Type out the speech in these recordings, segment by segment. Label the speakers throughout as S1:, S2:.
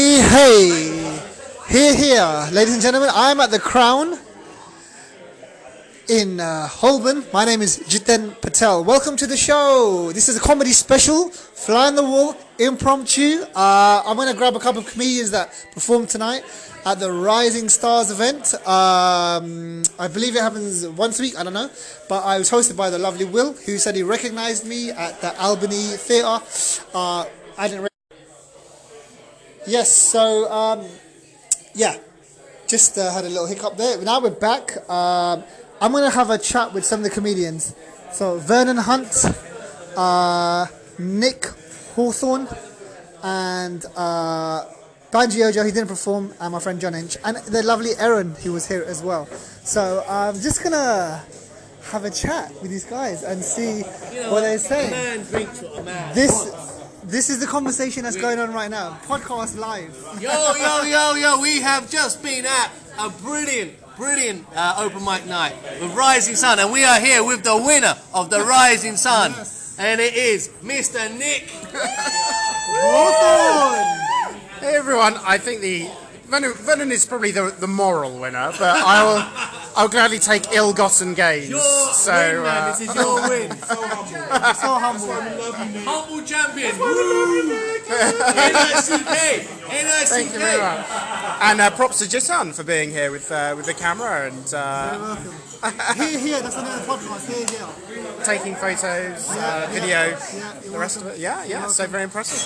S1: hey, here, here, ladies and gentlemen. I'm at the Crown in uh, Holborn. My name is Jiten Patel. Welcome to the show. This is a comedy special, fly on the wall, impromptu. Uh, I'm going to grab a couple of comedians that perform tonight at the Rising Stars event. Um, I believe it happens once a week. I don't know, but I was hosted by the lovely Will, who said he recognised me at the Albany Theatre. Uh, I didn't. Yes, so um, yeah, just uh, had a little hiccup there. Now we're back. Um, I'm going to have a chat with some of the comedians. So Vernon Hunt, uh, Nick Hawthorne, and uh, Banji Ojo, he didn't perform, and my friend John Inch, and the lovely Erin, who was here as well. So I'm just going to have a chat with these guys and see what they
S2: A
S1: say.
S2: man drinks what a man
S1: This,
S2: wants.
S1: this is the conversation that's going on right now. Podcast live.
S2: Yo, yo, yo, yo, we have just been at a brilliant, brilliant uh, open mic night with Rising Sun, and we are here with the winner of the Rising Sun, and it is Mr. Nick.
S3: Hey everyone, I think the Venom, Venom is probably the, the moral winner, but I'll I'll gladly take ill-gotten gains.
S2: Your
S3: so
S2: win,
S3: uh,
S2: man. This is your win.
S1: so humble.
S2: Humble champion. Woo! NICK.
S3: thank you very
S2: NICK.
S3: much. And uh, props to Jitan for being here with uh, with the camera and uh,
S1: Welcome. Here, here, that's the name of the podcast. Here, here.
S3: taking photos, uh,
S1: Yeah,
S3: video,
S1: yeah, you're
S3: the rest of it. Yeah, yeah. So very impressive.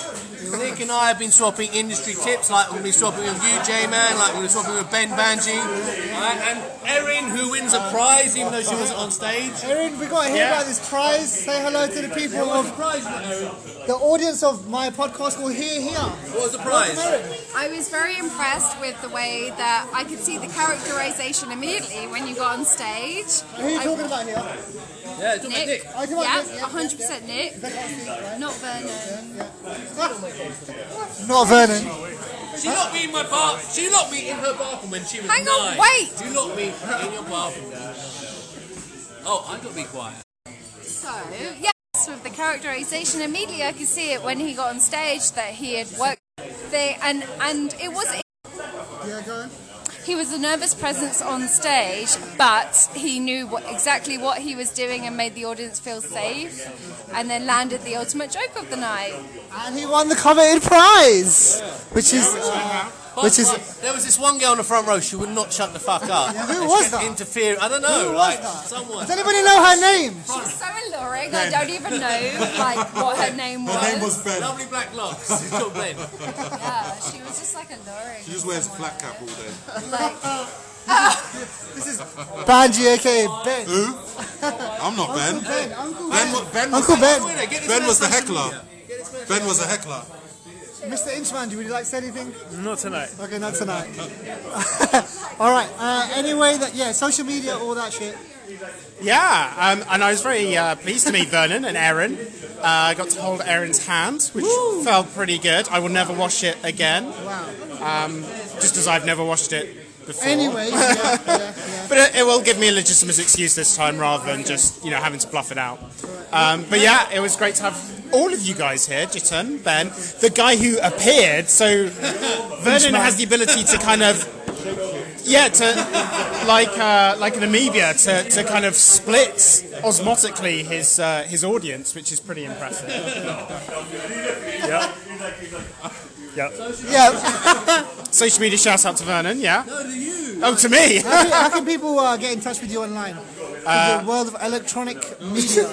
S2: Nick and I have been swapping industry tips, like we'll be swapping with you, J Man, like we'll be swapping with Ben Banji, right? and Erin, who wins a prize, even though she wasn't on stage.
S1: Erin, we got to hear
S3: Yeah.
S1: about this prize. Say hello to the people
S2: What was
S1: of
S2: the prize, Erin?
S1: the audience of my podcast. Will hear here.
S2: What was the prize?
S1: Erin,
S4: I was very impressed with the way that I could see the characterization immediately when you got on stage.
S1: who are you
S4: I-
S1: talking about here?
S2: Yeah, it's
S4: Nick.
S2: Nick.
S1: I do
S4: Yeah,
S1: like Nick.
S4: 100% Nick.
S1: They can't see, right?
S4: Not Vernon.
S1: Not Vernon.
S2: She locked me in my bath. She locked me in her bathroom when she was
S4: Hang on,
S2: nine.
S4: wait.
S2: You locked me in your bathroom. Oh, I gotta be quiet.
S4: So, yes, with the characterization immediately, I could see it when he got on stage that he had worked thing, and and it was
S1: Yeah, go on.
S4: he was a nervous presence on stage, but he knew what, exactly what he was doing and made the audience feel safe, and then landed the ultimate joke of the night.
S1: And he won the coveted prize, which is uh,
S2: But,
S1: Which is-
S2: but there was this one girl in the front row. She would not shut the fuck up.
S1: Yeah, who
S2: And she
S1: was
S2: kept
S1: that?
S2: Interfering. I don't
S1: Who
S2: know.
S1: was
S2: like
S1: that?
S2: someone.
S1: Does anybody know her name?
S4: She's so alluring. I don't even know like what her name was.
S5: Ben.
S2: Lovely black locks. It's not Ben.
S4: Yeah, she was just like alluring.
S5: She just wears a flat cap all day.
S4: Like,
S1: This is Banji, aka Ben.
S5: Who? I'm not Ben.
S1: Ben, Uncle
S5: Ben,
S1: Ben.
S5: wa- ben, was,
S1: Uncle Ben.
S2: Winner, get this
S5: ben
S2: man's
S5: was the
S2: social media.
S5: heckler.
S2: Get this man's-
S5: Ben was a heckler.
S1: Mr. Inchman, do you would you like to say anything?
S6: Not tonight.
S1: Okay, not tonight. all right. Uh, anyway, that yeah, social media, all that shit.
S3: Yeah, um, and I was very uh, pleased to meet Vernon and Erin. Uh, I got to hold Erin's hand, which felt pretty good. I will never wash it again, Um,
S1: Wow.
S3: just as I've never washed it before.
S1: Anyway, yeah, yeah, yeah.
S3: But it, it will give me a legitimate excuse this time rather than just you know having to bluff it out. Um, but yeah, it was great to have all of you guys here, Jitan, Ben, the guy who appeared. So Vernon has the ability to kind of yeah to like uh, like an amoeba to, to kind of split osmotically his uh, his audience, which is pretty impressive.
S1: yeah.
S3: Social media shout out to Vernon, yeah.
S2: No, to you.
S3: Oh, to me.
S1: How, can, how can people uh, get in touch with you online? in the world of electronic media.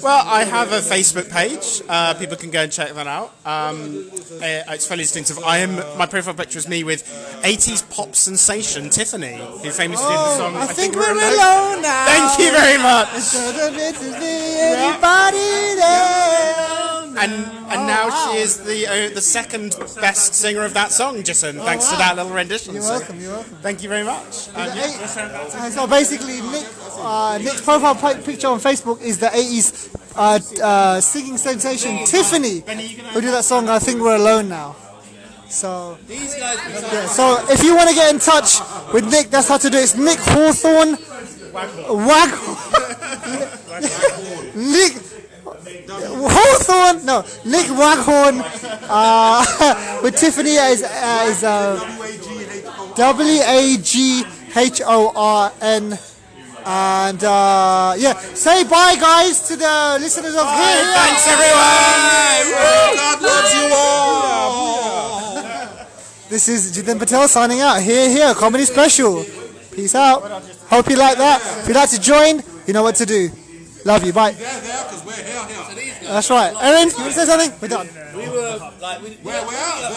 S3: Well, I have a Facebook page. Uh, people can go and check that out. Um, eh, it's fairly distinctive. I am my profile picture is me with 80s pop sensation Tiffany, who famously did the song.
S1: Oh, I, think, we're, Oh, alone now.
S3: Thank you very much.
S1: Instead of it to be anybody there.
S3: And and now she is the uh, the second best singer of that song, Jason, thanks to that little rendition.
S1: Oh, You're
S3: So,
S1: welcome. You're welcome.
S3: Thank you very much. Um, yeah.
S1: Hey, uh, so basically, Nick, uh, Nick's profile pi- picture on Facebook is the 80s uh, t- uh, singing sensation Tiffany, who did that song "I Think We're Alone Now." So,
S2: These guys.
S1: yeah, so if you want to get in touch with Nick, that's how to do it. It's Nick Hawthorne. Wag. Nick Hawthorne. No, Nick Waghorn Uh, with Tiffany is uh, is uh, W A G H O R N. And uh, yeah, say bye, guys, to the listeners of here.
S3: Thanks, everyone.
S5: God loves you all.
S1: This is Jitin Patel signing out. Here, here, comedy special. Peace out. Hope you like that. If you'd like to join, you know what to do. Love you. Bye.
S5: They're there because we're here, here.
S1: That's right. Erin, you want to say something? We're done.
S2: We were like, we,
S5: We're, we're out.